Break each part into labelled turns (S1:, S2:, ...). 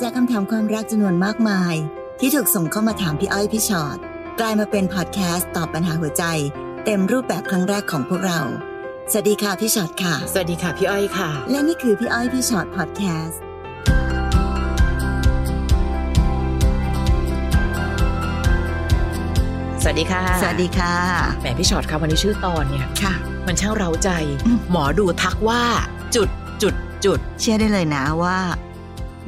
S1: จากคำถามความรักจำนวนมากมาย ที่ถูกส่งเข้ามาถามพี่อ้อยพี่ชอ็อตกลายมาเป็นพอดแคสต์ตอบปัญหาหัวใจ เต็มรูปแบบครั้งแรกของพวกเรา สวัสดีค่ะพี่ชอ็อตค่ะ
S2: สวัสดีค่ะพี่อ้อยค่ะ
S1: และนี่คือพี่อ้อยพี่ชอ็อตพอดแคสต์
S2: สวัสดีค่ะ
S1: สวัสดีค่ะ
S2: แหมพี่ช็อตครับวันนี้ชื่อตอนเนี่ย
S1: ค่ะ
S2: มันช่างเร้าใจ
S1: อืม
S2: หมอดูทักว่า จุดจุดจุด
S1: เชื่อได้เลยนะว่า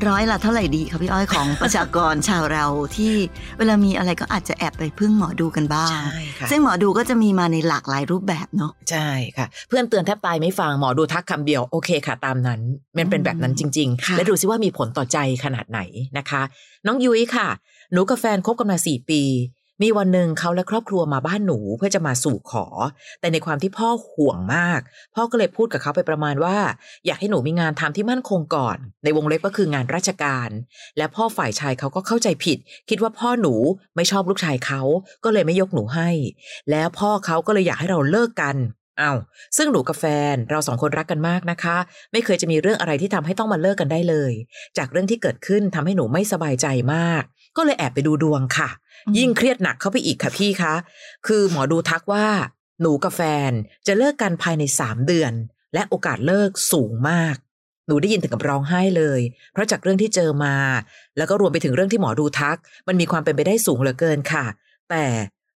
S1: ร้อยละเท่าไหร่ดีคะพี่อ้อยของประชากร ชาวเราที่เวลามีอะไรก็อาจจะแอบไปพึ่งหมอดูกันบ้าง
S2: ใช่ค่ะ
S1: ซึ่งหมอดูก็จะมีมาในหลากหลายรูปแบบเนาะ
S2: ใช่ค่ะ เพื่อนเตือนแทบตายไม่ฟังหมอดูทักคำเดียวโอเคค่ะ ตามนั้น มันเป็น
S1: อืม
S2: แบบนั้นจริง
S1: ค่ะ
S2: ๆ และดูซิว่ามีผลต่อใจขนาดไหนนะคะ น้องยุ้ยค่ะ หนูกับแฟนคบกันมาสี่ปี มีวันหนึ่งเขาและครอบครัวมาบ้านหนูเพื่อจะมาสู่ขอ แต่ในความที่พ่อห่วงมาก พ่อก็เลยพูดกับเขาไปประมาณว่า อยากให้หนูมีงานทำที่มั่นคงก่อน ในวงเล็บก็คืองานราชการ และพ่อฝ่ายชายเขาก็เข้าใจผิด คิดว่าพ่อหนูไม่ชอบลูกชายเขาก็เลยไม่ยกหนูให้ แล้วพ่อเขาก็เลยอยากให้เราเลิกกันอ้าวซึ่งหนูกับแฟนเราสองคนรักกันมากนะคะ ไม่เคยจะมีเรื่องอะไรที่ทำให้ต้องมาเลิกกันได้เลย จากเรื่องที่เกิดขึ้นทำให้หนูไม่สบายใจมาก ก็เลยแอบไปดูดวงค่ะ ยิ่งเครียดหนักเข้าไปอีกค่ะพี่คะ คือหมอดูทักว่า หนูกับแฟนจะเลิกกันภายใน 3 เดือน และโอกาสเลิกสูงมาก หนูได้ยินถึงกับร้องไห้เลย เพราะจากเรื่องที่เจอมา แล้วก็รวมไปถึงเรื่องที่หมอดูทัก มันมีความเป็นไปได้สูงเหลือเกินค่ะ แต่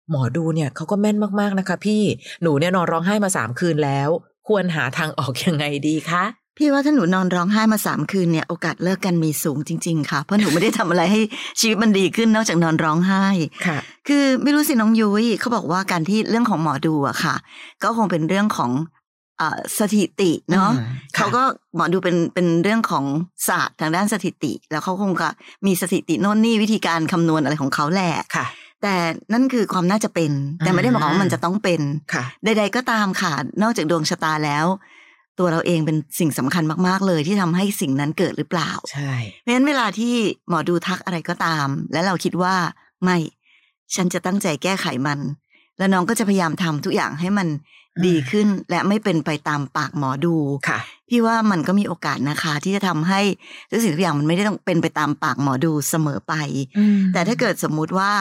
S2: หมอดูเนี่ยเขาก็แม่นมากๆนะคะ พี่หนูเนี่ยนอนร้องไห้มาสามคืนแล้ว ควรหาทางออกยังไงดีคะ
S1: พี่ว่าถ้าหนูนอนร้องไห้มาสามคืนเนี่ยโอกาสเลิกกันมีสูงจริง ๆ ค่ะ เพราะหนูไม่ได้ทำอะไรให้ชีวิตมันดีขึ้นนอกจากนอนร้องไห้
S2: ค่ะ
S1: คือไม่รู้สิน้องยุ้ยเขาบอกว่าการที่เรื่องของหมอดูอะค่ะ ก็คงเป็นเรื่องของเอ่อสถิติเนาะเขาก็หมอดูเป็นเป็นเรื่องของศาสตร์ทางด้านสถิติ แล้วเขาคงก็มีสถิติโน่นนี่วิธีการคำนวณอะไรของเขาแหละ
S2: ค่ะ
S1: แต่นั่นคือความน่าจะเป็น แต่ไม่ได้หมายความว่ามันจะต้องเป็น
S2: ค่ะ
S1: ใดๆก็ตามค่ะ นอกจากดวงชะตาแล้ว ตัวเราเองเป็นสิ่งสำคัญมาก ๆ เลยที่ทำให้สิ่งนั้นเกิดหรือเปล่า
S2: ใช่
S1: เพราะฉะนั้นเวลาที่หมอดูทักอะไรก็ตาม และเราคิดว่าไม่ ฉันจะตั้งใจแก้ไขมัน แล้วน้องก็จะพยายามทำทุกอย่างให้มัน
S2: อืม
S1: ดีขึ้น และไม่เป็นไปตามปากหมอดู
S2: ค่ะ
S1: พี่ว่ามันก็มีโอกาสนะคะ ที่จะทำให้ทุกสิ่งทุกอย่างมันไม่ได้ต้องเป็นไปตามปากหมอดูเสมอไป แต่ถ้าเกิดสมมุติว่า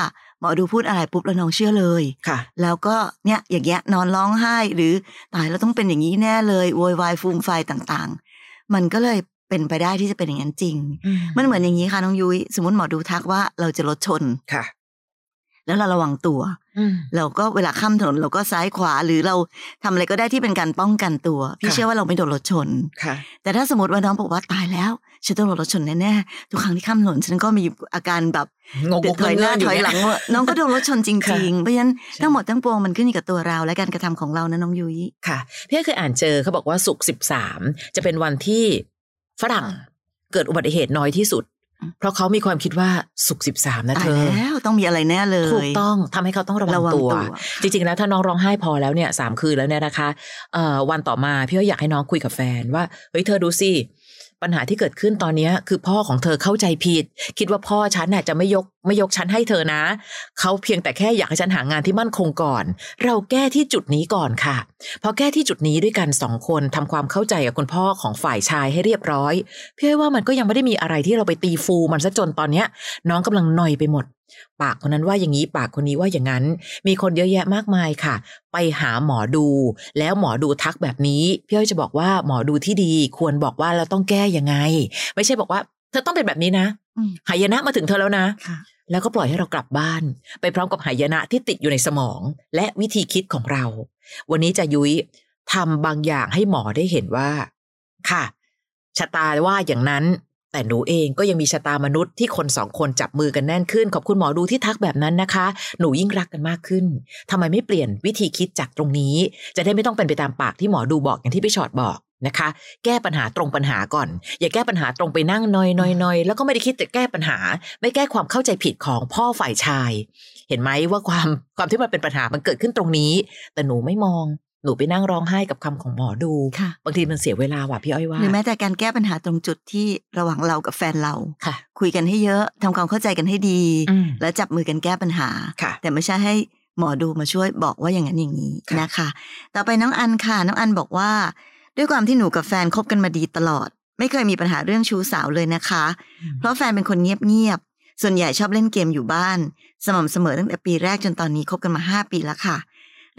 S1: หมอดูพูดอะไรปุ๊บแล้วน้องเชื่อเลย
S2: ค่ะ
S1: แล้วก็เนี่ยอย่างเงี้ยนอนร้องไห้ หรือตายแล้วต้องเป็นอย่างนี้แน่เลยโวยวายฟูมไฟายต่างๆ มันก็เลยเป็นไปได้ที่จะเป็นอย่างนั้นจริง มันเหมือนอย่างนี้ค่ะน้องยุย้ยสมมติหมอดูทักว่าเราจะรถชน
S2: ค่ะ
S1: แล้วเราระวังตัว เราก็เวลาข้ามถนนเราก็ซ้ายขวาหรือเราทำอะไรก็ได้ที่เป็นการป้องกันตัว พี่เชื่อว่าเราไม่โดนรถชน
S2: ค่ะ
S1: แต่ถ้าสมมติว่าน้องบอกว่าตายแล้วฉันต้องโดนรถชนแน่ๆทุกครั้งที่ข้ามถนนฉันก็มีอาการแบบ
S2: งง
S1: ถอยหน้า
S2: ยู่
S1: ถอยหลัง ว่าน้องก็โดนรถชนจริงๆ เพราะฉะนั้น
S2: ใช่
S1: ทั้งหมดทั้งปวงมันขึ้นอยู่กับตัวเราและการกระทำของเรานะน้องยุ้ย
S2: ค่ะพี่เคยอ่านเจอเขาบอกว่าศุกร์สิบสามจะเป็นวันที่ฝรั่งเกิดอุบัติเหตุน้อยที่สุด
S1: อืม
S2: เพราะเขามีความคิดว่าศุกร์สิบสามนะ
S1: ตาย
S2: เธอ
S1: แล้วต้องมีอะไรแน่เลย
S2: ถูกต้องทำให้เขาต้องระวังตัว จริงๆแล้วถ้าน้องร้องไห้พอแล้วเนี่ยสามคืนแล้วเนี่ยนะคะเอ่อวันต่อมาพี่ก็อยากให้น้องคุยกับแฟนว่าเฮ้ยเธอดูสิปัญหาที่เกิดขึ้นตอนเนี้ยคือพ่อของเธอเข้าใจผิด คิดว่าพ่อฉันน่ะจะไม่ยกไม่ยกฉันให้เธอนะเขาเพียงแต่แค่อยากให้ฉันหางานที่มั่นคงก่อน เราแก้ที่จุดนี้ก่อนค่ะ พอแก้ที่จุดนี้ด้วยกันสองคนทำความเข้าใจกับคุณพ่อของฝ่ายชายให้เรียบร้อยพี่ว่ามันก็ยังไม่ได้มีอะไรที่เราไปตีฟูมันซะจนตอนเนี้ย น้องกำลังหน่อยไปหมด ปากคนนั้นว่าอย่างนี้ปากคนนี้ว่าอย่างนั้น มีคนเยอะแยะมากมายค่ะ ไปหาหมอดู แล้วหมอดูทักแบบนี้พี่อ้อยจะบอกว่าหมอดูที่ดีควรบอกว่าเราต้องแก้ยังไง ไม่ใช่บอกว่า เธอต้องเป็นแบบนี้นะ
S1: อืม
S2: หายนะมาถึงเธอแล้วนะ
S1: ค่ะ
S2: แล้วก็ปล่อยให้เรากลับบ้าน ไปพร้อมกับหายนะที่ติดอยู่ในสมอง และวิธีคิดของเรา วันนี้จะยุ้ยทำบางอย่างให้หมอได้เห็นว่า ค่ะชะตาว่าอย่างนั้น แต่หนูเองก็ยังมีชะตามนุษย์ที่คนสองคนจับมือกันแน่นขึ้น ขอบคุณหมอดูที่ทักแบบนั้นนะคะ หนูยิ่งรักกันมากขึ้นทำไมไม่เปลี่ยนวิธีคิดจากตรงนี้ จะได้ไม่ต้องเป็นไปตามปากที่หมอดูบอกอย่างที่พี่ชอตบอกนะคะ แก้ปัญหาตรงปัญหาก่อน อย่าแก้ปัญหาตรงไปนั่งนอยนอยนอยแล้วก็ไม่ได้คิดจะแก้ปัญหา ไม่แก้ความเข้าใจผิดของพ่อฝ่ายชาย เห็นไหมว่าความความที่มันเป็นปัญหามันเกิดขึ้นตรงนี้ แต่หนูไม่มอง หนูไปนั่งร้องไห้กับคำของหมอดู
S1: ค่ะ
S2: บางทีมันเสียเวลาว่ะพี่อ้อยว่า
S1: หรือแม้แต่การแก้ปัญหาตรงจุดที่ระหว่างเรากับแฟนเรา
S2: ค่ะ
S1: คุยกันให้เยอะทำความเข้าใจกันให้ดี
S2: อืม
S1: แล้วจับมือกันแก้ปัญหา
S2: ค่ะ
S1: แต่ไม่ใช่ให้หมอดูมาช่วยบอกว่าอย่างนั้นอย่างนี้
S2: ค่ะ
S1: นะคะ ต่อไปน้องอันค่ะ น้องอันบอกว่า ด้วยความที่หนูกับแฟนคบกันมาดีตลอด ไ ไม่เคยมีปัญหาเรื่องชู้สาวเลยนะคะ เพราะแฟนเป็นคนเงียบๆ ส่วนใหญ่ชอบเล่นเกมอยู่บ้าน สม่ำเสมอตั้งแต่ปีแรกจนตอนนี้คบกันมาห้าปีแล้วค่ะ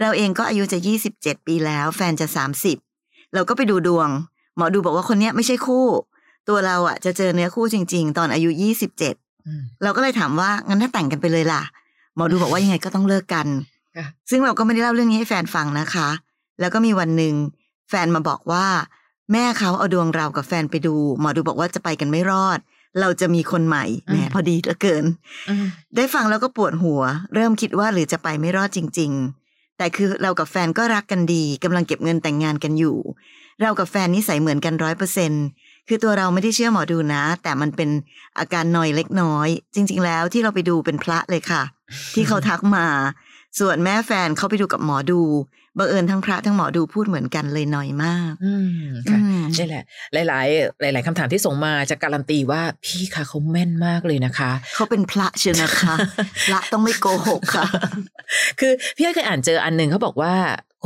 S1: เราเองก็อายุจะยี่สิบเจ็ดปีแล้ว แฟนจะสามสิบเราก็ไปดูดวง หมอดูบอกว่าคนเนี้ยไม่ใช่คู่ ตัวเราอ่ะจะเจอเนื้อคู่จริง ๆ ตอนอายุยี่สิบเจ็ด
S2: อืม
S1: เราก็เลยถามว่างั้นถ้าแต่งกันไปเลยล่ะ หมอดูบอกว่ายังไงก็ต้องเลิกกัน
S2: ค่ะ
S1: ซึ่งเราก็ไม่ได้เล่าเรื่องนี้ให้แฟนฟังนะคะ แล้วก็มีวันหนึ่งแฟนมาบอกว่า แม่เขาเอาดวงเรากับแฟนไปดู หมอดูบอกว่าจะไปกันไม่รอด เราจะมีคนใหม่แหม
S2: อืม
S1: พอดีเหลือเกิน
S2: อืม
S1: ได้ฟังแล้วก็ปวดหัว เริ่มคิดว่าหรือจะไปไม่รอดจริง ๆ แต่คือเรากับแฟนก็รักกันดีกำลังเก็บเงินแต่งงานกันอยู่ เรากับแฟนนิสัยเหมือนกันร้อยเปอร์เซ็นคือตัวเราไม่ได้เชื่อหมอดูนะ แต่มันเป็นอาการหน่อยเล็กน้อย จริง ๆ แล้วที่เราไปดูเป็นพระเลยค่ะ ที่เขาทักมา ส่วนแม่แฟนเขาไปดูกับหมอดูบังเอิญทั้งพระทั้งหมอดูพูดเหมือนกันเลยหน่อยมาก
S2: อืมค่ะ
S1: อืม
S2: นี่แหละ หลาย ๆ หลาย ๆคำถามที่ส่งมาจะการันตีว่าพี่คะเขาแม่นมากเลยนะคะ
S1: เขาเป็นพระเชียวนะคะ พระต้องไม่โกหกค่ะ
S2: คือพี่อ้อยเคยอ่านเจออันหนึ่งเขาบอกว่า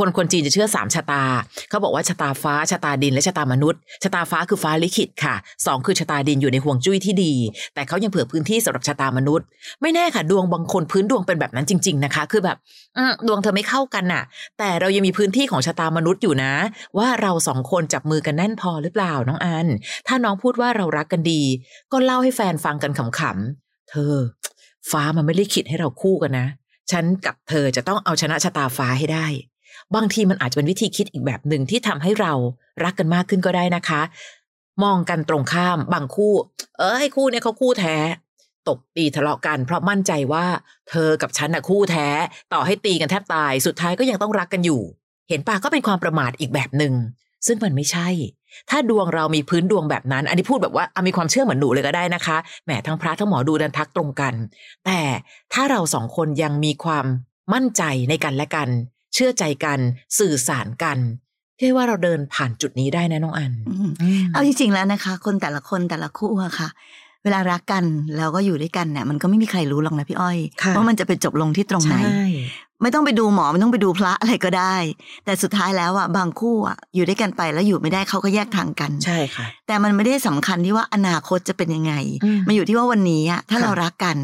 S2: คนคนจีนจะเชื่อสามชะตา เขาบอกว่าชะตาฟ้าชะตาดินและชะตามนุษย์ชะตาฟ้าคือฟ้าลิขิตค่ะสองคือชะตาดินอยู่ในห่วงจุ้ยที่ดี แต่เขายังเผื่อพื้นที่สำหรับชะตามนุษย์ ไม่แน่ค่ะดวงบางคนพื้นดวงเป็นแบบนั้นจริง ๆ นะคะ คือแบบอืมดวงเธอไม่เข้ากันน่ะ แต่เรายังมีพื้นที่ของชะตามนุษย์อยู่นะ ว่าเราสองคนจับมือกันแน่นพอหรือเปล่าน้องอัน ถ้าน้องพูดว่าเรารักกันดี ก็เล่าให้แฟนฟังกันขำๆเธอ ฟ้ามันไม่ได้คิดให้เราคู่กันนะ ฉันกับเธอจะต้องเอาชนะชะตาฟ้าให้ได้ บางทีมันอาจจะเป็นวิธีคิดอีกแบบหนึ่งที่ทำให้เรารักกันมากขึ้นก็ได้นะคะ มองกันตรงข้ามบางคู่ เออให้คู่เนี่ยเขาคู่แท้ ตบตีทะเลาะกันเพราะมั่นใจว่า เธอกับฉันน่ะคู่แท้ ต่อให้ตีกันแทบตายสุดท้ายก็ยังต้องรักกันอยู่ เห็นปากก็เป็นความประมาทอีกแบบหนึ่งซึ่งมันไม่ใช่ ถ้าดวงเรามีพื้นดวงแบบนั้น อันนี้พูดแบบว่าอ่ะมีความเชื่อเหมือนหนูเลยก็ได้นะคะแหมทั้งพระทั้งหมอดูดันทักตรงกัน แต่ถ้าเราสองคนยังมีความมั่นใจในกันและกัน เชื่อใจกันสื่อสารกันพี่อ้อยว่าเราเดินผ่านจุดนี้ได้นะน้องอัน
S1: เอาจริงๆแล้วนะคะ คนแต่ละคนแต่ละคู่อะค่ะ เวลารักกันแล้วก็อยู่ด้วยกันเนี่ยมันก็ไม่มีใครรู้หรอกนะพี่อ้อย
S2: ค่ะ
S1: ว่ามันจะไปจบลงที่ตรงไหน
S2: ใช่
S1: ไม่ต้องไปดูหมอไม่ต้องไปดูพระอะไรก็ได้ แต่สุดท้ายแล้วอะบางคู่อะอยู่ด้วยกันไปแล้วอยู่ไม่ได้เขาก็แยกทางกัน
S2: ใช่ค่ะ
S1: แต่มันไม่ได้สำคัญที่ว่าอนาคตจะเป็นยังไง
S2: อืม
S1: มันอยู่ที่ว่าวันนี้อะถ้า
S2: ค่ะ
S1: เรารักกัน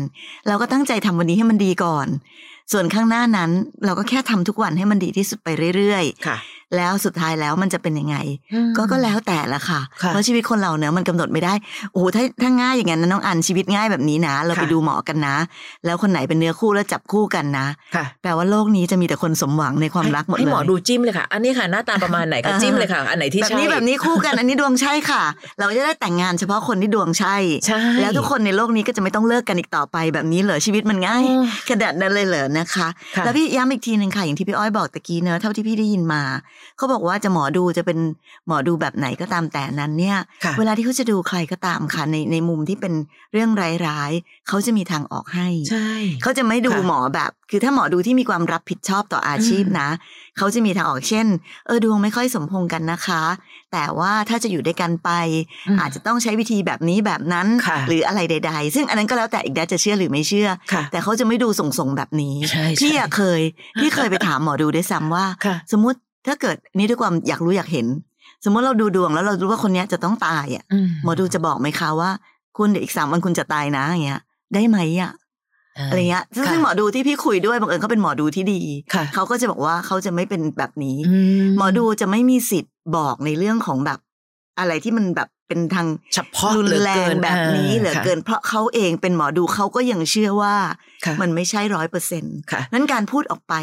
S1: เราก็ตั้งใจทำวันนี้ให้มันดีก่อน ส่วนข้างหน้านั้นเราก็แค่ทำทุกวันให้มันดีที่สุดไปเรื่อย
S2: ค่ะ
S1: ๆ แล้วสุดท้ายแล้วมันจะเป็นยังไง ก็ก็แล้วแต่ละค่ะ
S2: ค่ะ
S1: เพราะชีวิตคนเราเนอะมันกำหนดไม่ได้โอ้โหถ้าถ้าง่ายอย่างนั้นนะน้องอันชีวิตง่ายแบบนี้นะ เรา
S2: ค่ะ
S1: ไปดูหมอกันนะ แล้วคนไหนเป็นเนื้อคู่แล้วจับคู่กันนะ
S2: ค่ะ
S1: แปลว่าโลกนี้จะมีแต่คนสมหวังในความรักหมดเลย
S2: ให้หมอดูจิ้มเลยค่ะ อันนี้ค่ะหน้าตาประมาณไหนก็
S1: อ่า
S2: จิ้มเลยค่ะ อันไหนที่
S1: แบบ
S2: ใช่
S1: นี้แบบนี้คู่กัน อันนี้ดวงใช่ค่ะ เราจะได้แต่งงานเฉพาะคนที่ดวงใช่
S2: ใช่
S1: แล้วทุกคนในโลกนี้ก็จะไม่ต้องเลิกกันอีกต่อไปแบบนี้เหรอชีวิตมันง่ายขนาดนั้นเลยเหรอนะคะ
S2: ค่ะ
S1: แล้วพี่ย้ำอีกทีหนึ่งค่ะ อย่างที่พี่อ้อยบอกตะกี้เนอะเท่าที่พี่ได้ยินมา เขาบอกว่าจะหมอดูจะเป็นหมอดูแบบไหนก็ตามแต่นั้นเนี่ย
S2: ค่ะ
S1: เวลาที่เขาจะดูใครก็ตามค่ะในในมุมที่เป็นเรื่องร้ายๆเขาจะมีทางออกให้
S2: ใช่
S1: เขาจะไม่ดู
S2: ค่ะ
S1: หมอแบบ คือถ้าหมอดูที่มีความรับผิดชอบต่ออาชีพ
S2: อืม
S1: นะ เขาจะมีทางออกเช่น เออดวงไม่ค่อยสมพงษ์กันนะคะ แต่ว่าถ้าจะอยู่ด้วยกันไป
S2: ม
S1: อาจจะต้องใช้วิธีแบบนี้แบบนั้น
S2: ค่ะ
S1: หรืออะไรใด ๆ ซึ่งอันนั้นก็แล้วแต่อีกนะจะเชื่อหรือไม่เชื่อ
S2: ค่ะ
S1: แต่เขาจะไม่ดูส่งส่งๆแบบนี้
S2: ใช่ใช่
S1: พี่อะเคย พี่เคยไปถามหมอดูด้วยซ้ำว่า
S2: ค่ะ
S1: สมมติถ้าเกิดนี่ด้วยความอยากรู้อยากเห็น สมมติเราดูดวงแล้วเรารู้ว่าคนเนี้ยจะต้องตายอ่ะ หมอดูจะบอกไหมคะว่า คุณเดี๋ยวอีกสามวันคุณจะตายนะอย่างเงี้ย ได้ไหมอ่ะ อะไรเงี้ยซึ่ง
S2: ค่ะ
S1: ซึ่งหมอดูที่พี่คุยด้วยบังเอิญเขาเป็นหมอดูที่ดี
S2: ค่ะ
S1: เขาก็จะบอกว่าเขาจะไม่เป็นแบบนี้
S2: ม
S1: หมอดูจะไม่มีสิทธิ์บอกในเรื่องของแบบ อะไรที่มันแบบเป็นทาง
S2: เฉพาะ
S1: รุน
S2: เหลือ
S1: แร
S2: เกิ
S1: ง
S2: น
S1: แบบนี้
S2: า
S1: เหลือเกิน เพราะเขาเองเป็นหมอดูเขาก็ยังเชื่อว่า
S2: ค่ะ
S1: มันไม่ใช่ร้อยเปอร์เซ็นต์
S2: ค่ะ
S1: นั้นการพูดออกไป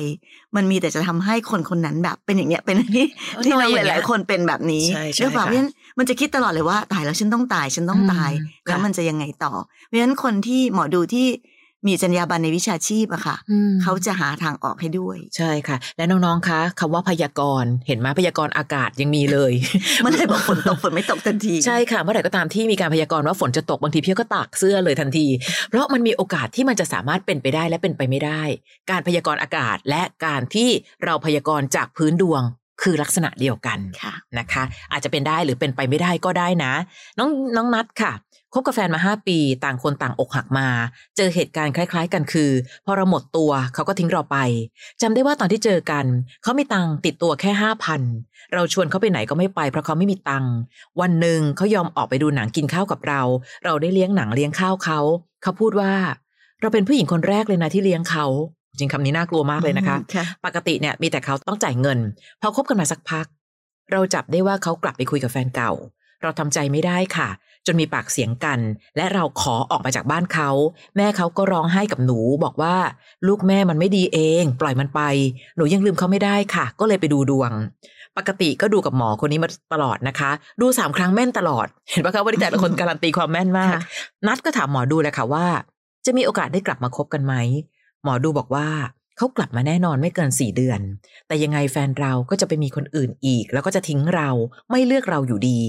S1: มันมีแต่จะทำให้คนคนนั้นแบบเป็นอย่างเงี้ยเป็นที่ที่เรา
S2: อ
S1: ห
S2: องเงี้
S1: ลายๆคนเป็นแบบนี้
S2: ใช่ใช่
S1: เรื่องแบบ
S2: ค่ะ
S1: เพราะฉะนั้นมันจะคิดตลอดเลยว่าตายแล้วฉันต้องตายฉันต้องตาย
S2: อืม
S1: แล้ว
S2: ค่ะ
S1: มันจะยังไงต่อ เพราะฉะนั้นคนที่หมอดูที่มีจรรยาบรรณในวิชาชีพอะค่ะ
S2: อืม
S1: เขาจะหาทางออกให้ด้วย
S2: ใช่ค่ะ และน้องๆ คะคำว่าพยากรณ์เห็นไหมพยากรณ์อากาศยังมีเลย
S1: เมื่อไหร่บอกฝนตกฝนไม่ตกทันที
S2: ใช่ค่ะเมื่อไหร่ก็ตามที่มีการพยากรณ์ว่าฝนจะตกบางทีพี่ก็ตากเสื้อเลยทันที เพราะมันมีโอกาสที่มันจะสามารถเป็นไปได้และเป็นไปไม่ได้ การพยากรณ์อากาศและการที่เราพยากรณ์จากพื้นดวงคือลักษณะเดียวกัน
S1: ค่ะ
S2: นะคะ อาจจะเป็นได้หรือเป็นไปไม่ได้ก็ได้นะ น้องน้องนัดค่ะ คบกับแฟนมาห้าปี ต่างคนต่างอกหักมา เจอเหตุการณ์คล้าย ๆ กันคือ พอเราหมดตัวเขาก็ทิ้งเราไปจำได้ว่าตอนที่เจอกัน เขามีตังค์ติดตัวแค่ห้าพันเราชวนเขาไปไหนก็ไม่ไปเพราะเขาไม่มีตังค์วันหนึ่งเขายอมออกไปดูหนังกินข้าวกับเรา เราได้เลี้ยงหนังเลี้ยงข้าวเขา เขาพูดว่า เราเป็นผู้หญิงคนแรกเลยนะที่เลี้ยงเขา จริงคำนี้น่ากลัวมากเลยนะคะ
S1: ค่ะ
S2: ปกติเนี่ยมีแต่เขาต้องจ่ายเงิน พอคบกันมาสักพัก เราจับได้ว่าเขากลับไปคุยกับแฟนเก่า เราทำใจไม่ได้ค่ะ จนมีปากเสียงกัน และเราขอออกมาจากบ้านเขา แม่เขาก็ร้องไห้กับหนู บอกว่าลูกแม่มันไม่ดีเอง ปล่อยมันไป หนูยังลืมเขาไม่ได้ค่ะ ก็เลยไปดูดวง ปกติก็ดูกับหมอคนนี้มาตลอดนะคะ ดูสามครั้งแม่นตลอด เห็นปะคะว่าแต่ละคนการันตีความแม่นมาก
S1: ค่ะ
S2: นัดก็ถามหมอดูแหละค่ะว่า จะมีโอกาสได้กลับมาคบกันไหม หมอดูบอกว่าเขากลับมาแน่นอนไม่เกินสี่เดือน แต่ยังไงแฟนเราก็จะไปมีคนอื่นอีก แล้วก็จะทิ้งเราไม่เลือกเราอยู่ดี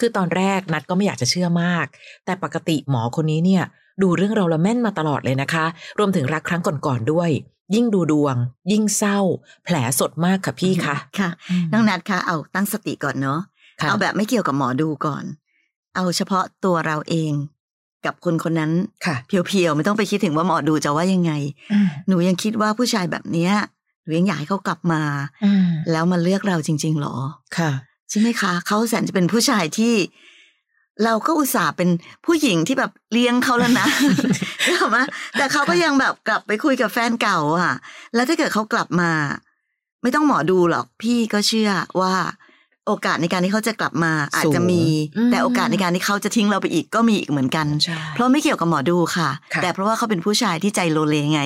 S2: คือตอนแรกนัดก็ไม่อยากจะเชื่อมาก แต่ปกติหมอคนนี้เนี่ย ดูเรื่องเราละแม่นมาตลอดเลยนะคะ รวมถึงรักครั้งก่อนๆด้วย ยิ่งดูดวง ยิ่งเศร้า แผลสดมากค่ะพี่คะ
S1: ค่ะน้องนัดคะเอาตั้งสติก่อนเนาะ
S2: ค่ะ
S1: เอาแบบไม่เกี่ยวกับหมอดูก่อน เอาเฉพาะตัวเราเอง กับคนคนนั้น
S2: ค่ะ
S1: เพียวๆไม่ต้องไปคิดถึงว่าหมอดูจะว่ายังไง หนูยังคิดว่าผู้ชายแบบเนี้ยหนูยังอยากให้เขากลับมา แล้วมาเลือกเราจริง ๆหรอ
S2: ค่ะ
S1: ใช่ไหมคะ เขาแสนจะเป็นผู้ชายที่ เราก็อุตส่าห์เป็นผู้หญิงที่แบบเลี้ยงเขาแล้วนะ นึกออกไหมแต่เขาก็ยังแบบกลับไปคุยกับแฟนเก่าอ่ะ แล้วถ้าเกิดเขากลับมา ไม่ต้องหมอดูหรอก พี่ก็เชื่อว่า โอกาสในการที่เขาจะกลับมา อาจจะมี
S2: อืม
S1: แต่โอกาสในการที่เขาจะทิ้งเราไปอีกก็มีอีกเหมือนกัน
S2: ใช่
S1: เพราะไม่เกี่ยวกับหมอดูค่ะ
S2: ค่ะ
S1: แต่เพราะว่าเขาเป็นผู้ชายที่ใจโลเลไง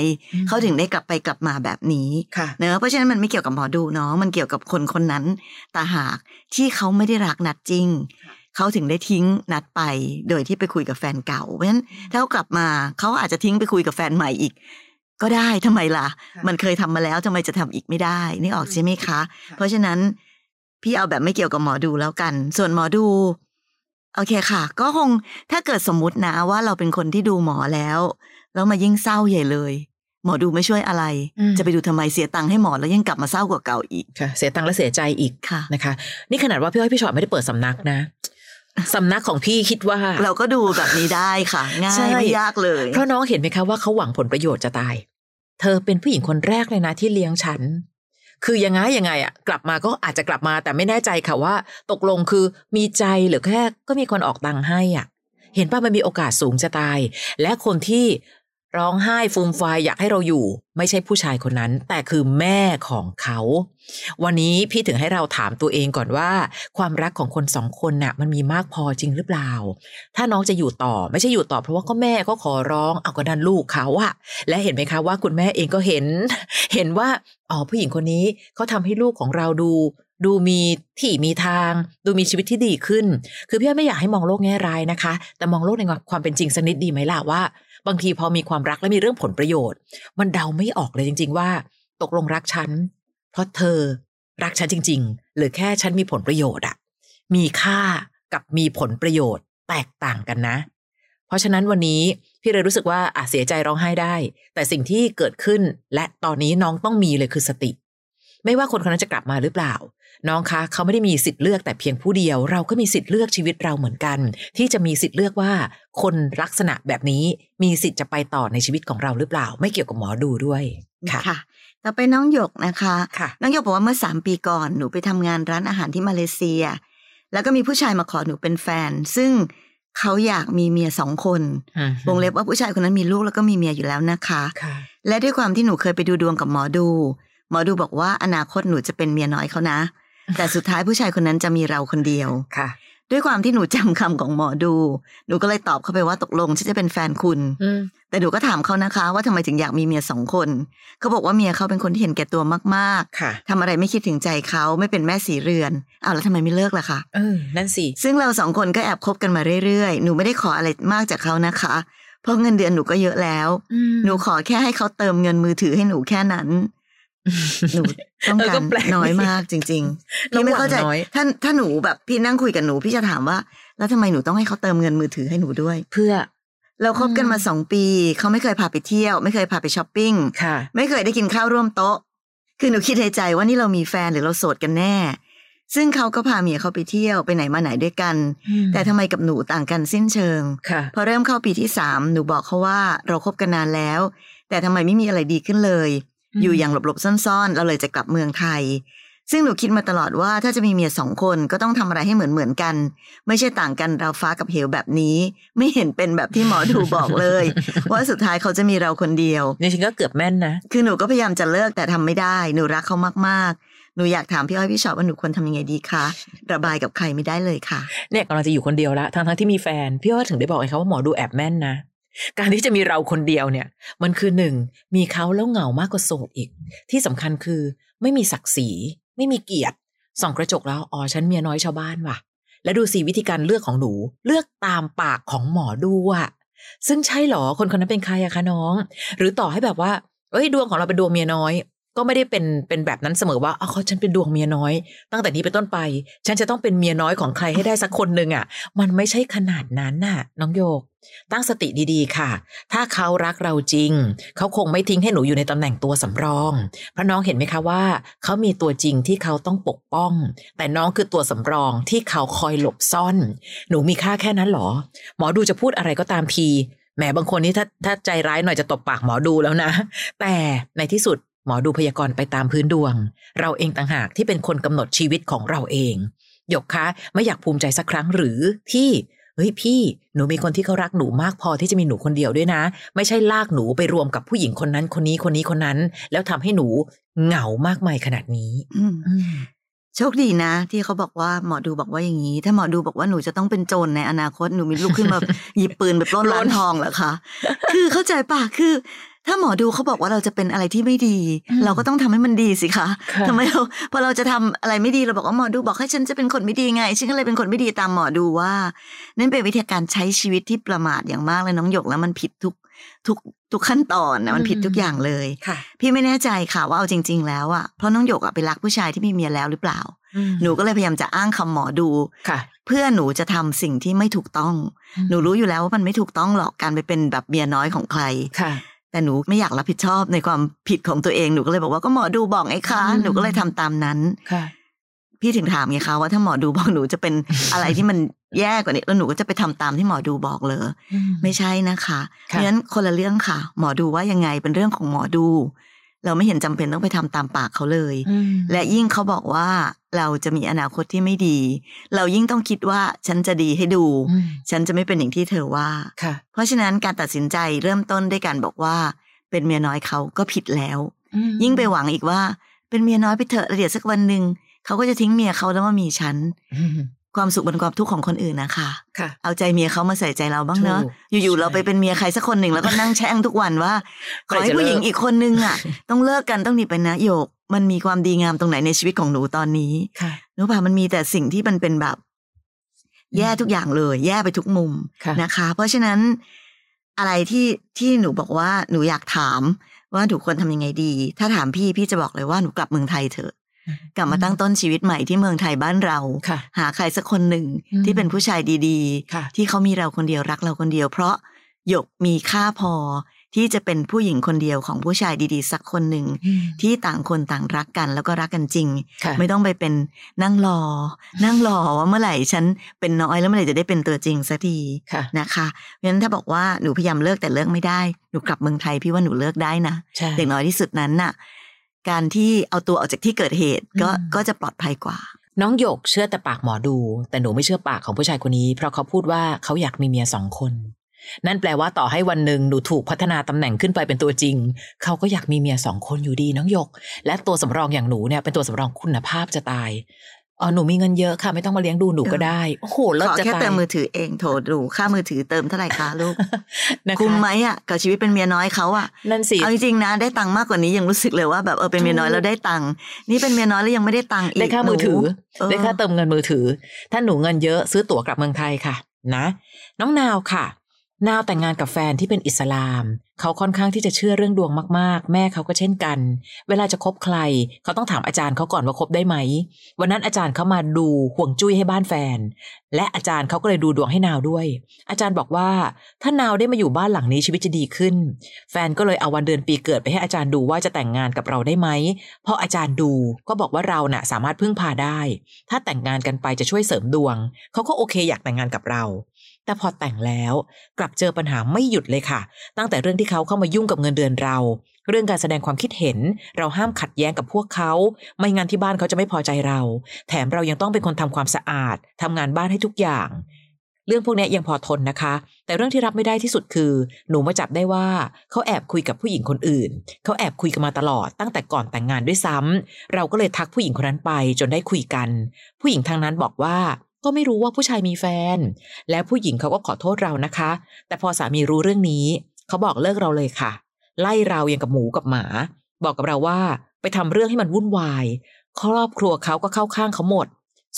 S1: เขาถึงได้กลับไปกลับมาแบบนี้
S2: ค่ะ
S1: เนอะเพราะฉะนั้นมันไม่เกี่ยวกับหมอดูเนาะมันเกี่ยวกับคนคนนั้นตางหากที่เขาไม่ได้รักนัดจริง เขาถึงได้ทิ้งนัดไป โดยที่ไปคุยกับแฟนเก่าเพราะฉะนั้นถ้าเขากลับมาเขาอาจจะทิ้งไปคุยกับแฟนใหม่อีก ก็ได้ทำไมล่ะ
S2: ค่ะ
S1: มันเคยทำมาแล้วทำไมจะทำอีกไม่ได้นี่ออก
S2: อืม
S1: ใช่ไหมคะ
S2: ะ
S1: เพราะฉะนั้นพี่เอาแบบไม่เกี่ยวกับหมอดูแล้วกัน ส่วนหมอดูโอเคค่ะ ก็คงถ้าเกิดสมมุตินะว่าเราเป็นคนที่ดูหมอแล้ว แล้วมายิ่งเศร้าใหญ่เลย หมอดูไม่ช่วยอะไร
S2: อืม
S1: จะไปดูทำไมเสียตังค์ให้หมอแล้วยังกลับมาเศร้ากว่าเก่าอีก
S2: ค่ะ เสียตังค์และเสียใจอีก
S1: ค่ะ
S2: นะคะนี่ขนาดว่าพี่อ้อยพี่ชอตไม่ได้เปิดสำนักนะ สำนักของพี่คิดว่า
S1: เราก็ดูแบบนี้ได้ค่ะ ง่า
S2: ใช่
S1: ยไม่ยากเลย
S2: เพราะน้องเห็นไหมคะว่าเขาหวังผลประโยชน์จะตาย เธอเป็นผู้หญิงคนแรกเลยนะที่เลี้ยงฉัน คือยังไงยังไงอะกลับมาก็อาจจะกลับมาแต่ไม่แน่ใจค่ะว่า ตกลงคือมีใจหรือแค่ก็มีคนออกตังค์ให้อะเห็นป่ะมันมีโอกาสสูงจะตาย และคนที่ร้องไห้ฟูมฟายอยากให้เราอยู่ ไม่ใช่ผู้ชายคนนั้น แต่คือแม่ของเขา วันนี้พี่ถึงให้เราถามตัวเองก่อนว่า ความรักของคนสองคนน่ะ มันมีมากพอจริงหรือเปล่า ถ้าน้องจะอยู่ต่อไม่ใช่อยู่ต่อเพราะว่าก็แม่ก็ขอร้องเอาก็ดันลูกเขาอะและเห็นไหมคะว่าคุณแม่เองก็เห็น เห็นว่าอ๋อผู้หญิงคนนี้เขาทำให้ลูกของเราดู ดูมีที่มีทาง ดูมีชีวิตที่ดีขึ้น คือพี่อ้อยไม่อยากให้มองโลกแง่ร้ายนะคะ แต่มองโลกในความเป็นจริงสักนิดดีไหมล่ะว่า บางทีพอมีความรักและมีเรื่องผลประโยชน์ มันเดาไม่ออกเลยจริง ๆ ว่า ตกลงรักฉัน เพราะเธอรักฉันจริง ๆ หรือแค่ฉันมีผลประโยชน์อะมีค่ากับมีผลประโยชน์แตกต่างกันนะ เพราะฉะนั้นวันนี้พี่เลยรู้สึกว่าอาเสียใจร้องไห้ได้ แต่สิ่งที่เกิดขึ้นและตอนนี้น้องต้องมีเลยคือสติ ไม่ว่าคนคนนั้นจะกลับมาหรือเปล่า น้องคะเขาไม่ได้มีสิทธิ์เลือกแต่เพียงผู้เดียว เราก็มีสิทธิ์เลือกชีวิตเราเหมือนกัน ที่จะมีสิทธิ์เลือกว่า คนลักษณะแบบนี้มีสิทธิ์จะไปต่อในชีวิตของเราหรือเปล่า ไม่เกี่ยวกับหมอดูด้วยค่ะ
S1: ค่ะ ต่อไปน้องหยกนะคะ
S2: ค่ะ
S1: น้องหยกบอกว่าเมื่อสามปีก่อนหนูไปทำงานร้านอาหารที่มาเลเซีย แล้วก็มีผู้ชายมาขอหนูเป็นแฟน ซึ่งเขาอยากมีเมียสองคน วงเล็บว่าผู้ชายคนนั้นมีลูกแล้วก็มีเมียอยู่แล้วนะคะ
S2: ค่ะ
S1: และด้วยความที่หนูเคยไปดูดวงกับหมอดู หมอดูบอกว่าอนาคตหนูจะเป็นเมียน้อยเขานะ แต่สุดท้ายผู้ชายคนนั้นจะมีเราคนเดียว
S2: ค่ะ
S1: ด้วยความที่หนูจำคำของหมอดู หนูก็เลยตอบเขาไปว่าตกลงฉันจะเป็นแฟนคุณ
S2: อืม
S1: แต่หนูก็ถามเขานะคะว่าทำไมถึงอยากมีเมียสองคนเขาบอกว่าเมียเขาเป็นคนที่เห็นแก่ตัวมาก
S2: ค่ะ
S1: ๆทำอะไรไม่คิดถึงใจเขาไม่เป็นแม่สีเรือนอ้าวแล้วทำไมไม่เลิกล่ะคะ
S2: เออ นั่นสิ
S1: ซึ่งเราสองคนก็แอบคบกันมาเรื่อยๆ หนูไม่ได้ขออะไรมากจากเขานะคะ เพราะเงินเดือนหนูก็เยอะแล้ว หนูขอแค่ให้เขาเติมเงินมือถือให้หนูแค่นั้น หนูต้อง
S2: เออ
S1: การ
S2: ก็แปลก
S1: น้อย
S2: ดี
S1: มากจริงๆ
S2: เรา
S1: พี่ไม่เข้าใจ
S2: หวังน้อย
S1: ถ้าถ้าหนูแบบพี่นั่งคุยกับหนูพี่จะถามว่า แล้วทำไมหนูต้องให้เขาเติมเงินมือถือให้หนูด้วย
S2: เพื่อ
S1: เราคบกัน
S2: อืม
S1: มาสองปีเขาไม่เคยพาไปเที่ยว ไม่เคยพาไปช้อปปิ้ง
S2: ค่ะ
S1: ไม่เคยได้กินข้าวร่วมโต๊ะ คือหนูคิดในใจว่านี่เรามีแฟนหรือเราโสดกันแน่ ซึ่งเขาก็พาเมียเขาไปเที่ยวไปไหนมาไหนด้วยกัน แต่ทำไมกับหนูต่างกันสิ้นเชิง
S2: ค่ะ
S1: พอเริ่มเข้าปีที่สามหนูบอกเขาว่าเราคบกันนานแล้ว แต่ทำไมไม่มีอะไรดีขึ้นเลย
S2: อืม
S1: อยู่อย่างหลบๆซ่อนๆเราเลยจะกลับเมืองไทย ซึ่งหนูคิดมาตลอดว่าถ้าจะมีเมียสองคนก็ต้องทำอะไรให้เหมือนๆกัน ไม่ใช่ต่างกันเราวฟ้ากับเหวแบบนี้ ไม่เห็นเป็นแบบที่หมอดูบอกเลย ว่าสุดท้ายเขาจะมีเราคนเดียว
S2: จริงๆก็เกือบแม่นนะ
S1: คือหนูก็พยายามจะเลิกแต่ทำไม่ได้หนูรักเขามากๆ หนูอยากถามพี่อ้อยพี่ชอบว่าหนูควรทำยังไงดีคะระบายกับใครไม่ได้เลยค่ะ
S2: เนี่ยกำลังจะอยู่คนเดียวละทั้งทั้งๆที่มีแฟน พี่อ้อยถึงได้บอกไงคะว่าหมอดูแอบแม่นนะ การที่จะมีเราคนเดียวเนี่ย มันคือหนึ่งมีเขาแล้วเหงามากกว่าโสดอีก ที่สำคัญคือไม่มีศักดิ์ศรี ไม่มีเกียรติส่องกระจกแล้วอ๋อฉันเมียน้อยชาวบ้านว่ะ แล้วดูสิวิธีการเลือกของหนู เลือกตามปากของหมอดูอะซึ่งใช่เหรอคนคนนั้นเป็นใครอะคะน้อง หรือต่อให้แบบว่าเอ้ยดวงของเราเป็นดวงเมียน้อย ก็ไม่ได้เป็นเป็นแบบนั้นเสมอว่าอ๋อเขาฉันเป็นดวงเมียน้อย ตั้งแต่นี้เป็นต้นไป ฉันจะต้องเป็นเมียน้อยของใครให้ได้สักคนหนึ่งอะ่ะ มันไม่ใช่ขนาดนั้นน่ะ น้องโยก ตั้งสติดีๆค่ะ ถ้าเขารักเราจริง เขาคงไม่ทิ้งให้หนูอยู่ในตำแหน่งตัวสำรองเพราะน้องเห็นไหมคะว่า เขามีตัวจริงที่เขาต้องปกป้อง แต่น้องคือตัวสำรองที่เขาคอยหลบซ่อน หนูมีค่าแค่นั้นเหรอ หมอดูจะพูดอะไรก็ตามทีแหมบางคนนี่ถ้าถ้าใจร้ายหน่อยจะตบปากหมอดูแล้วนะ แต่ในที่สุดหมอดูพยากรณ์ไปตามพื้นดวง เราเองต่างหากที่เป็นคนกำหนดชีวิตของเราเองหยกคะไม่อยากภูมิใจสักครั้งหรือที่เฮ้ยพี่หนูมีคนที่เขารักหนูมากพอที่จะมีหนูคนเดียวด้วยนะ ไม่ใช่ลากหนูไปรวมกับผู้หญิงคนนั้นคนนี้คนนี้คนนั้น แล้วทำให้หนูเหงามากมายขนาดนี้
S1: อืม
S2: อืม
S1: โชคดีนะ ที่เขาบอกว่าหมอดูบอกว่าอย่างนี้ ถ้าหมอดูบอกว่าหนูจะต้องเป็นโจรในอนาคตหนูมีลูกขึ้นมา หยิบปืนไปปล้นร้านทองเหรอคะ คือเข้าใจป่ะคือ ถ้าหมอดูเขาบอกว่าเราจะเป็นอะไรที่ไม่ดี เราก็ต้องทำให้มันดีสิคะทำไมเราพอเราจะทำอะไรไม่ดีเราบอกว่าหมอดูบอกให้ฉันจะเป็นคนไม่ดีไงฉันก็เลยเป็นคนไม่ดีตามหมอดูว่านั่นเป็นวิธีการใช้ชีวิตที่ประมาทอย่างมากเลยน้องหยกแล้วมันผิดทุกทุกทุกขั้นตอนนะมันผิดทุกอย่างเลย
S2: ค่ะ
S1: พี่ไม่แน่ใจค่ะว่าเอาจริง ๆ แล้วอ่ะเพราะน้องหยกอะไปรักผู้ชายที่มีเมียแล้วหรือเปล่า หนูก็เลยพยายามจะอ้างคำหมอดู
S2: ค่ะ
S1: เพื่อหนูจะทำสิ่งที่ไม่ถูกต้อง
S2: อืม
S1: หนูรู้อยู่แล้วว่ามันไม่ถูกต้องหรอกการไปเป็นแบบเมียน้อยของใคร
S2: ค่ะ
S1: แต่หนูไม่อยากรับผิดชอบในความผิดของตัวเองหนูก็เลยบอกว่าก็หมอดูบอกไอ้คะ
S2: อืม
S1: หนูก็เลยทำตามนั้น
S2: ค่ะ
S1: พี่ถึงถามไงคะว่าถ้าหมอดูบอกหนูจะเป็น อะไรที่มันแย่กว่านี้แล้วหนูก็จะไปทำตามที่หมอดูบอกเลย ไม่ใช่นะคะเพ
S2: ค่ะ
S1: ราะฉะนั้นคนละเรื่องค่ะ หมอดูว่ายังไงเป็นเรื่องของหมอดู เราไม่เห็นจำเป็นต้องไปทำตามปากเขาเลย
S2: อืม
S1: และยิ่งเขาบอกว่าเราจะมีอนาคตที่ไม่ดี เรายิ่งต้องคิดว่าฉันจะดีให้ดู
S2: อืม
S1: ฉันจะไม่เป็นอย่างที่เธอว่า
S2: ค่ะ
S1: เพราะฉะนั้นการตัดสินใจเริ่มต้นด้วยการบอกว่า เป็นเมียน้อยเขาก็ผิดแล้ว
S2: อืม
S1: ยิ่งไปหวังอีกว่าเป็นเมียน้อยไปเถอะแล้วเดี๋ยวสักวันหนึ่งเขาก็จะทิ้งเมียเขาแล้วมามีฉัน
S2: อืม
S1: ความสุขบนความทุกข์ของคนอื่นนะคะ
S2: ค่ะ
S1: เอาใจเมียเขามาใส่ใจเราบ้างเนอะ
S2: ถูก
S1: อยู่ๆ
S2: ใช่
S1: เราไปเป็นเมียใครสักคนหนึ่งแล้วก็นั่งแช่งทุกวันว่า ข
S2: ใคร
S1: อให้
S2: จะเลิก
S1: ผู้หญิงอีกคนนึงอ่ะ ต้องเลิกกันต้องหนีไปนะโยก มันมีความดีงามตรงไหนในชีวิตของหนูตอนนี้
S2: ค่ะ
S1: หนูป่ามันมีแต่สิ่งที่มันเป็นแบบ แย่
S2: อืม
S1: ทุกอย่างเลย แย่ไปทุกมุม
S2: ค่ะ
S1: นะคะ เพราะฉะนั้นอะไรที่ที่หนูบอกว่าหนูอยากถาม ว่าหนูควรทำยังไงดี ถ้าถามพี่พี่จะบอกเลยว่าหนูกลับเมืองไทยเถอะกลับมาตั้งต้นชีวิตใหม่ที่เมืองไทยบ้านเรา
S2: ค่ะ
S1: หาใครสักคนหนึ่ง
S2: อืม
S1: ที่เป็นผู้ชายดี
S2: ค่ะ
S1: ๆ ที่เขามีเราคนเดียวรักเราคนเดียว เพราะหยกมีค่าพอ ที่จะเป็นผู้หญิงคนเดียวของผู้ชายดีๆ สักคนหนึ่งที่ต่างคนต่างรักกันแล้วก็รักกันจริง
S2: ค่ะ
S1: ไม่ต้องไปเป็นนั่งรอ นั่งรอว่าเมื่อไหร่ฉันเป็นน้อยแล้วเมื่อไหร่จะได้เป็นตัวจริงสักที
S2: ค่ะ
S1: นะคะเพราะฉะนั้นถ้าบอกว่าหนูพยายามเลิกแต่เลิกไม่ได้หนูกลับเมืองไทยพี่ว่าหนูเลิกได้นะ
S2: ใช่
S1: อย่างน้อยที่สุดนั้นน่ะ การที่เอาตัวออกจากที่เกิดเหตุก็
S2: อืม
S1: ก็จะปลอดภัยกว่า
S2: น้องหยกเชื่อแต่ปากหมอดู แต่หนูไม่เชื่อปากของผู้ชายคนนี้ เพราะเขาพูดว่าเขาอยากมีเมียสองคน นั่นแปลว่าต่อให้วันหนึ่งหนูถูกพัฒนาตำแหน่งขึ้นไปเป็นตัวจริง เขาก็อยากมีเมียสองคนอยู่ดีน้องหยก และตัวสำรองอย่างหนูเนี่ยเป็นตัวสำรองคุณภาพจะตายอ๋อหนูมีเงินเยอะค่ะ ไม่ต้องมาเลี้ยงดูหนูก็ได้โอ้โหเลิ
S1: ข
S2: ศ
S1: อ
S2: จะ
S1: แค่
S2: ตาย
S1: เติมมือถือเองโถดูค่ามือถือเติมเท่าไหร่คะลูก
S2: นะคะ
S1: คุ้มไหมอ่ะกับชีวิตเป็นเมียน้อยเขาอ่ะ
S2: นั่นสิ
S1: เอาจริงๆนะได้ตังค์มากกว่านี้ยังรู้สึกเลยว่าแบบเออเป็นเมียน้อย
S2: ถูก
S1: แล้วได้ตังค์นี่เป็นเมียน้อยแล้วยังไม่ได้ตังค์อีก
S2: ได้ค่ามือถือ
S1: หนูเออ
S2: ได้ค่าเติมเงินมือถือ ถ้าหนูเงินเยอะซื้อตั๋วกลับเมืองไทยค่ะ นะ น้องนาวค่ะ นาวแต่งงานกับแฟนที่เป็นอิสลาม เขาค่อนข้างที่จะเชื่อเรื่องดวงมากๆ แม่เขาก็เช่นกัน เวลาจะคบใคร เขาต้องถามอาจารย์เขาก่อนว่าคบได้ไหม วันนั้นอาจารย์เขามาดูห่วงจุ้ยให้บ้านแฟน และอาจารย์เขาก็เลยดูดวงให้นาวด้วย อาจารย์บอกว่า ถ้านาวได้มาอยู่บ้านหลังนี้ชีวิตจะดีขึ้น แฟนก็เลยเอาวันเดือนปีเกิดไปให้อาจารย์ดูว่าจะแต่งงานกับเราได้ไหมพออาจารย์ดูก็บอกว่าเราน่ะสามารถพึ่งพาได้ ถ้าแต่งงานกันไปจะช่วยเสริมดวง เขาก็โอเคอยากแต่งงานกับเรา แต่พอแต่งแล้วกลับเจอปัญหาไม่หยุดเลยค่ะ ตั้งแต่เรื่องที่เขาเข้ามายุ่งกับเงินเดือนเรา เรื่องการแสดงความคิดเห็น เราห้ามขัดแย้งกับพวกเขา ไม่งั้นที่บ้านเขาจะไม่พอใจเรา แถมเรายังต้องเป็นคนทำความสะอาดทำงานบ้านให้ทุกอย่าง เรื่องพวกเนี้ยยังพอทนนะคะ แต่เรื่องที่รับไม่ได้ที่สุดคือ หนูมาจับได้ว่าเขาแอบคุยกับผู้หญิงคนอื่น เขาแอบคุยกันมาตลอดตั้งแต่ก่อนแต่งงานด้วยซ้ำเราก็เลยทักผู้หญิงคนนั้นไปจนได้คุยกัน ผู้หญิงทางนั้นบอกว่า ก็ไม่รู้ว่าผู้ชายมีแฟน และผู้หญิงเขาก็ขอโทษเรานะคะ แต่พอสามีรู้เรื่องนี้ เขาบอกเลิกเราเลยค่ะ ไล่เราอย่างกับหมูกับหมา บอกกับเราว่าไปทำเรื่องให้มันวุ่นวาย ครอบครัวเขาก็เข้าข้างเขาหมด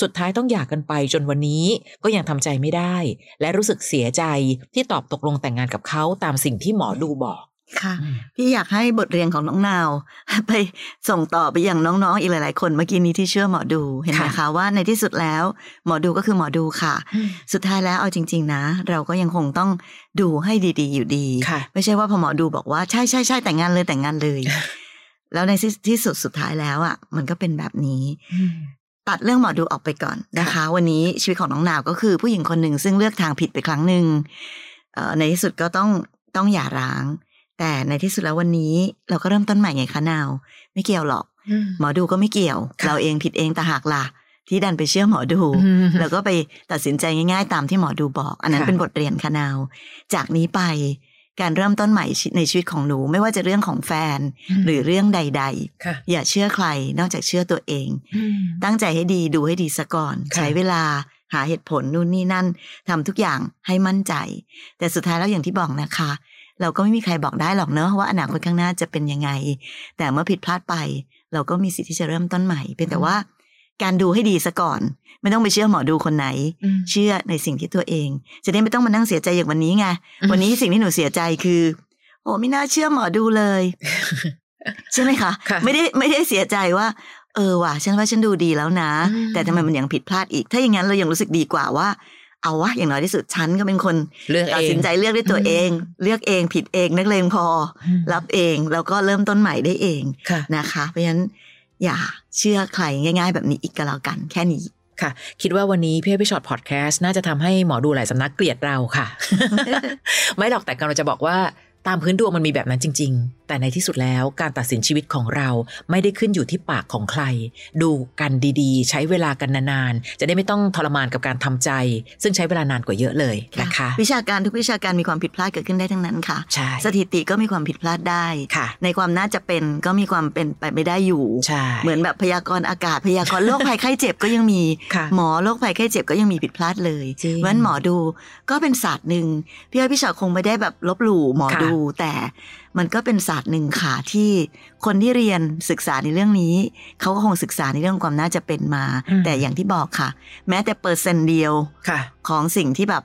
S2: สุดท้ายต้องหย่ากกันไปจนวันนี้ก็ยังทำใจไม่ได้ และรู้สึกเสียใจที่ตอบตกลงแต่งงานกับเขาตามสิ่งที่หมอดูบอก
S1: ค่ะ พี่อยากให้บทเรียนของน้องนาว ไปส่งต่อไปอย่างน้องๆอีกหลายๆคนเมื่อกี้นี้ที่เชื่อหมอดูเห็นไหมคะว่าในที่สุดแล้ว หมอดูก็คือหมอดูค่ะ สุดท้ายแล้วเอาจริง ๆ นะ เราก็ยังคงต้องดูให้ดีๆ อยู่ดี
S2: ค่ะ
S1: ไม่ใช่ว่าพอหมอดูบอกว่าใช่ใช่ใช่แต่งงานเลยแต่งงานเลย แล้วในที่ที่สุดสุดท้ายแล้วอ่ะมันก็เป็นแบบนี้ ตัดเรื่องหมอดูออกไปก่อนนะคะ วันนี้ชีวิตของน้องนาวก็คือผู้หญิงคนหนึ่งซึ่งเลือกทางผิดไปครั้งหนึ่งเอ่อในที่สุดก็ต้องต้องหย่าร้าง แต่ในที่สุดแล้ววันนี้เราก็เริ่มต้นใหม่ไงคะนาว ไม่เกี่ยวหรอก หมอดูก็ไม่เกี่ยว
S2: ค่ะ
S1: เราเองผิดเองแต่หากล่ะ ที่ดันไปเชื่อหมอดู แล้วก็ไปตัดสินใจง่าย ๆ ตามที่หมอดูบอก อันนั้น
S2: ค่ะ
S1: เป็นบทเรียนคะนาว จากนี้ไปการเริ่มต้นใหม่ชีในชีวิตของหนูไม่ว่าจะเรื่องของแฟน หรือเรื่องใด
S2: ค่ะ
S1: ๆ อย่าเชื่อใครนอกจากเชื่อตัวเอง ตั้งใจให้ดีดูให้ดีซะก่อน
S2: ค่ะ
S1: ใช้เวลาหาเหตุผลนู่นนี่นั่นทำทุกอย่างให้มั่นใจ แต่สุดท้ายแล้วอย่างที่บอกนะคะ เราก็ไม่มีใครบอกได้หรอกเนอะว่าอนาคตข้างหน้าจะเป็นยังไง แต่เมื่อผิดพลาดไป เราก็มีสิทธิ์ที่จะเริ่มต้นใหม่ เป็นแต่
S2: อืม
S1: ว่าการดูให้ดีซะก่อน ไม่ต้องไปเชื่อหมอดูคนไหน เชื่อในสิ่งที่ตัวเอง จะได้ไม่ต้องมานั่งเสียใจอย่างวันนี้ไง
S2: อืม
S1: วันนี้สิ่งที่หนูเสียใจคือ โอ้ไม่น่าเชื่อหมอดูเลย ใช่ไหมคะ
S2: ค่ะ
S1: ไม่ได้ไม่ได้เสียใจว่า เออว่ะฉันว่าฉันดูดีแล้วนะ
S2: อืม
S1: แต่ทำไมมันยังผิดพลาดอีก ถ้าอย่างนั้นเรายังรู้สึกดีกว่าว่า เอาวะอย่างน้อยที่สุดฉันก็เป็นคน
S2: เรื่อง
S1: ตัด
S2: เอ
S1: สิ
S2: ง
S1: นใจเลือกด้วยตัว
S2: อืม
S1: เอง เลือกเองผิดเองนักเลงพอ
S2: อืม
S1: อรับเองแล้วก็เริ่มต้นใหม่ได้เอง
S2: ค่ะ
S1: นะคะ เพราะฉะนั้นอย่าเชื่อใครง่าย ๆ แบบนี้อีกก็แล้วกันแค่นี้
S2: ค่ะ คิดว่าวันนี้พี่อ้อยพี่ช็อตพอดแคสต์น่าจะทำให้หมอดูหลายสำนักเกลียดเราค่ะ ไม่หรอกแต่กำลังจะบอกว่าตามพื้นดวงมันมีแบบนั้นจริง ๆ แต่ในที่สุดแล้วการตัดสินชีวิตของเราไม่ได้ขึ้นอยู่ที่ปากของใคร ดูกันดีๆ ใช้เวลากันนานๆ จะได้ไม่ต้องทรมานกับการทำใจ ซึ่งใช้เวลานานกว่าเยอะเลยนะคะ
S1: วิชาการทุกวิชาการมีความผิดพลาดเกิดขึ้นได้ทั้งนั้นค่ะ
S2: ใช่
S1: สถิติก็มีความผิดพลาดได้
S2: ค่ะ
S1: ในความน่าจะเป็นก็มีความเป็นไปไม่ได้อยู่
S2: ใช่
S1: เหมือนแบบพยากรณ์อากาศพยากรณ์โรคภัยไข้เจ็บก็ยังมี
S2: ค่ะ
S1: หมอโรคภัยไข้เจ็บก็ยังมีผิดพลาดเลย
S2: จริง
S1: เพราะฉะนั้นหมอดูก็เป็นศาสตร์หนึ่งพี่อ้อยพี่ชอตคงไม่ได้แบบลบหลู่หมอ
S2: ค่ะ
S1: ดู แต่มันก็เป็นศาสตร์หนึ่งค่ะที่คนที่เรียนศึกษาในเรื่องนี้ เขาก็คงศึกษาในเรื่องความน่าจะเป็นมา แต่อย่างที่บอกค่ะ แม้แต่เปอร์เซ็นต์เดียว
S2: ค่ะ
S1: ของสิ่งที่แบบ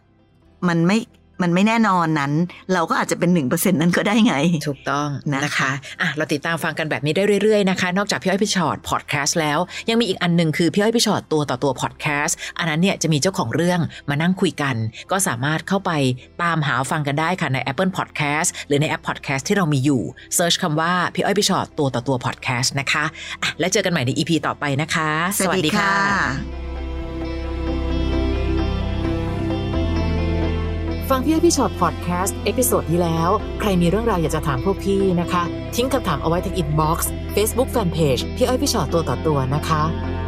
S1: มันไม่มันไม่แน่นอนนั้น เราก็อาจจะเป็นหนึ่งเปอร์เซ็นนั้นก็ได้ไง
S2: ถูกต้อง
S1: นะคะ
S2: นะคะอ่ะเราติดตามฟังกันแบบนี้ได้เรื่อยๆนะคะ นอกจากพี่อ้อยพี่ชอตพอดแคสต์แล้ว ยังมีอีกอันหนึ่งคือพี่อ้อยพี่ชอตตัวต่อตัวพอดแคสต์อันนั้นเนี่ยจะมีเจ้าของเรื่องมานั่งคุยกัน ก็สามารถเข้าไปตามหาฟังกันได้ค่ะใน Apple Podcast หรือในแอปพอดแคสต์ที่เรามีอยู่เซิร์ชคำว่าพี่อ้อยพี่ชอตตัวต่อตัวพอดแคสต์นะคะอ่ะแล้วเจอกันใหม่ใน EP ต่อไปนะคะ ฟังพี่อ้อยพี่ชอตพอดแคสต์เอพิโซดที่แล้ว ใครมีเรื่องราวอยากจะถามพวกพี่นะคะ ทิ้งคำถามเอาไว้ทางอินบ็อกซ์เฟซบุ๊กแฟนเพจพี่อ้อยพี่ชอตตัวต่อตัวนะคะ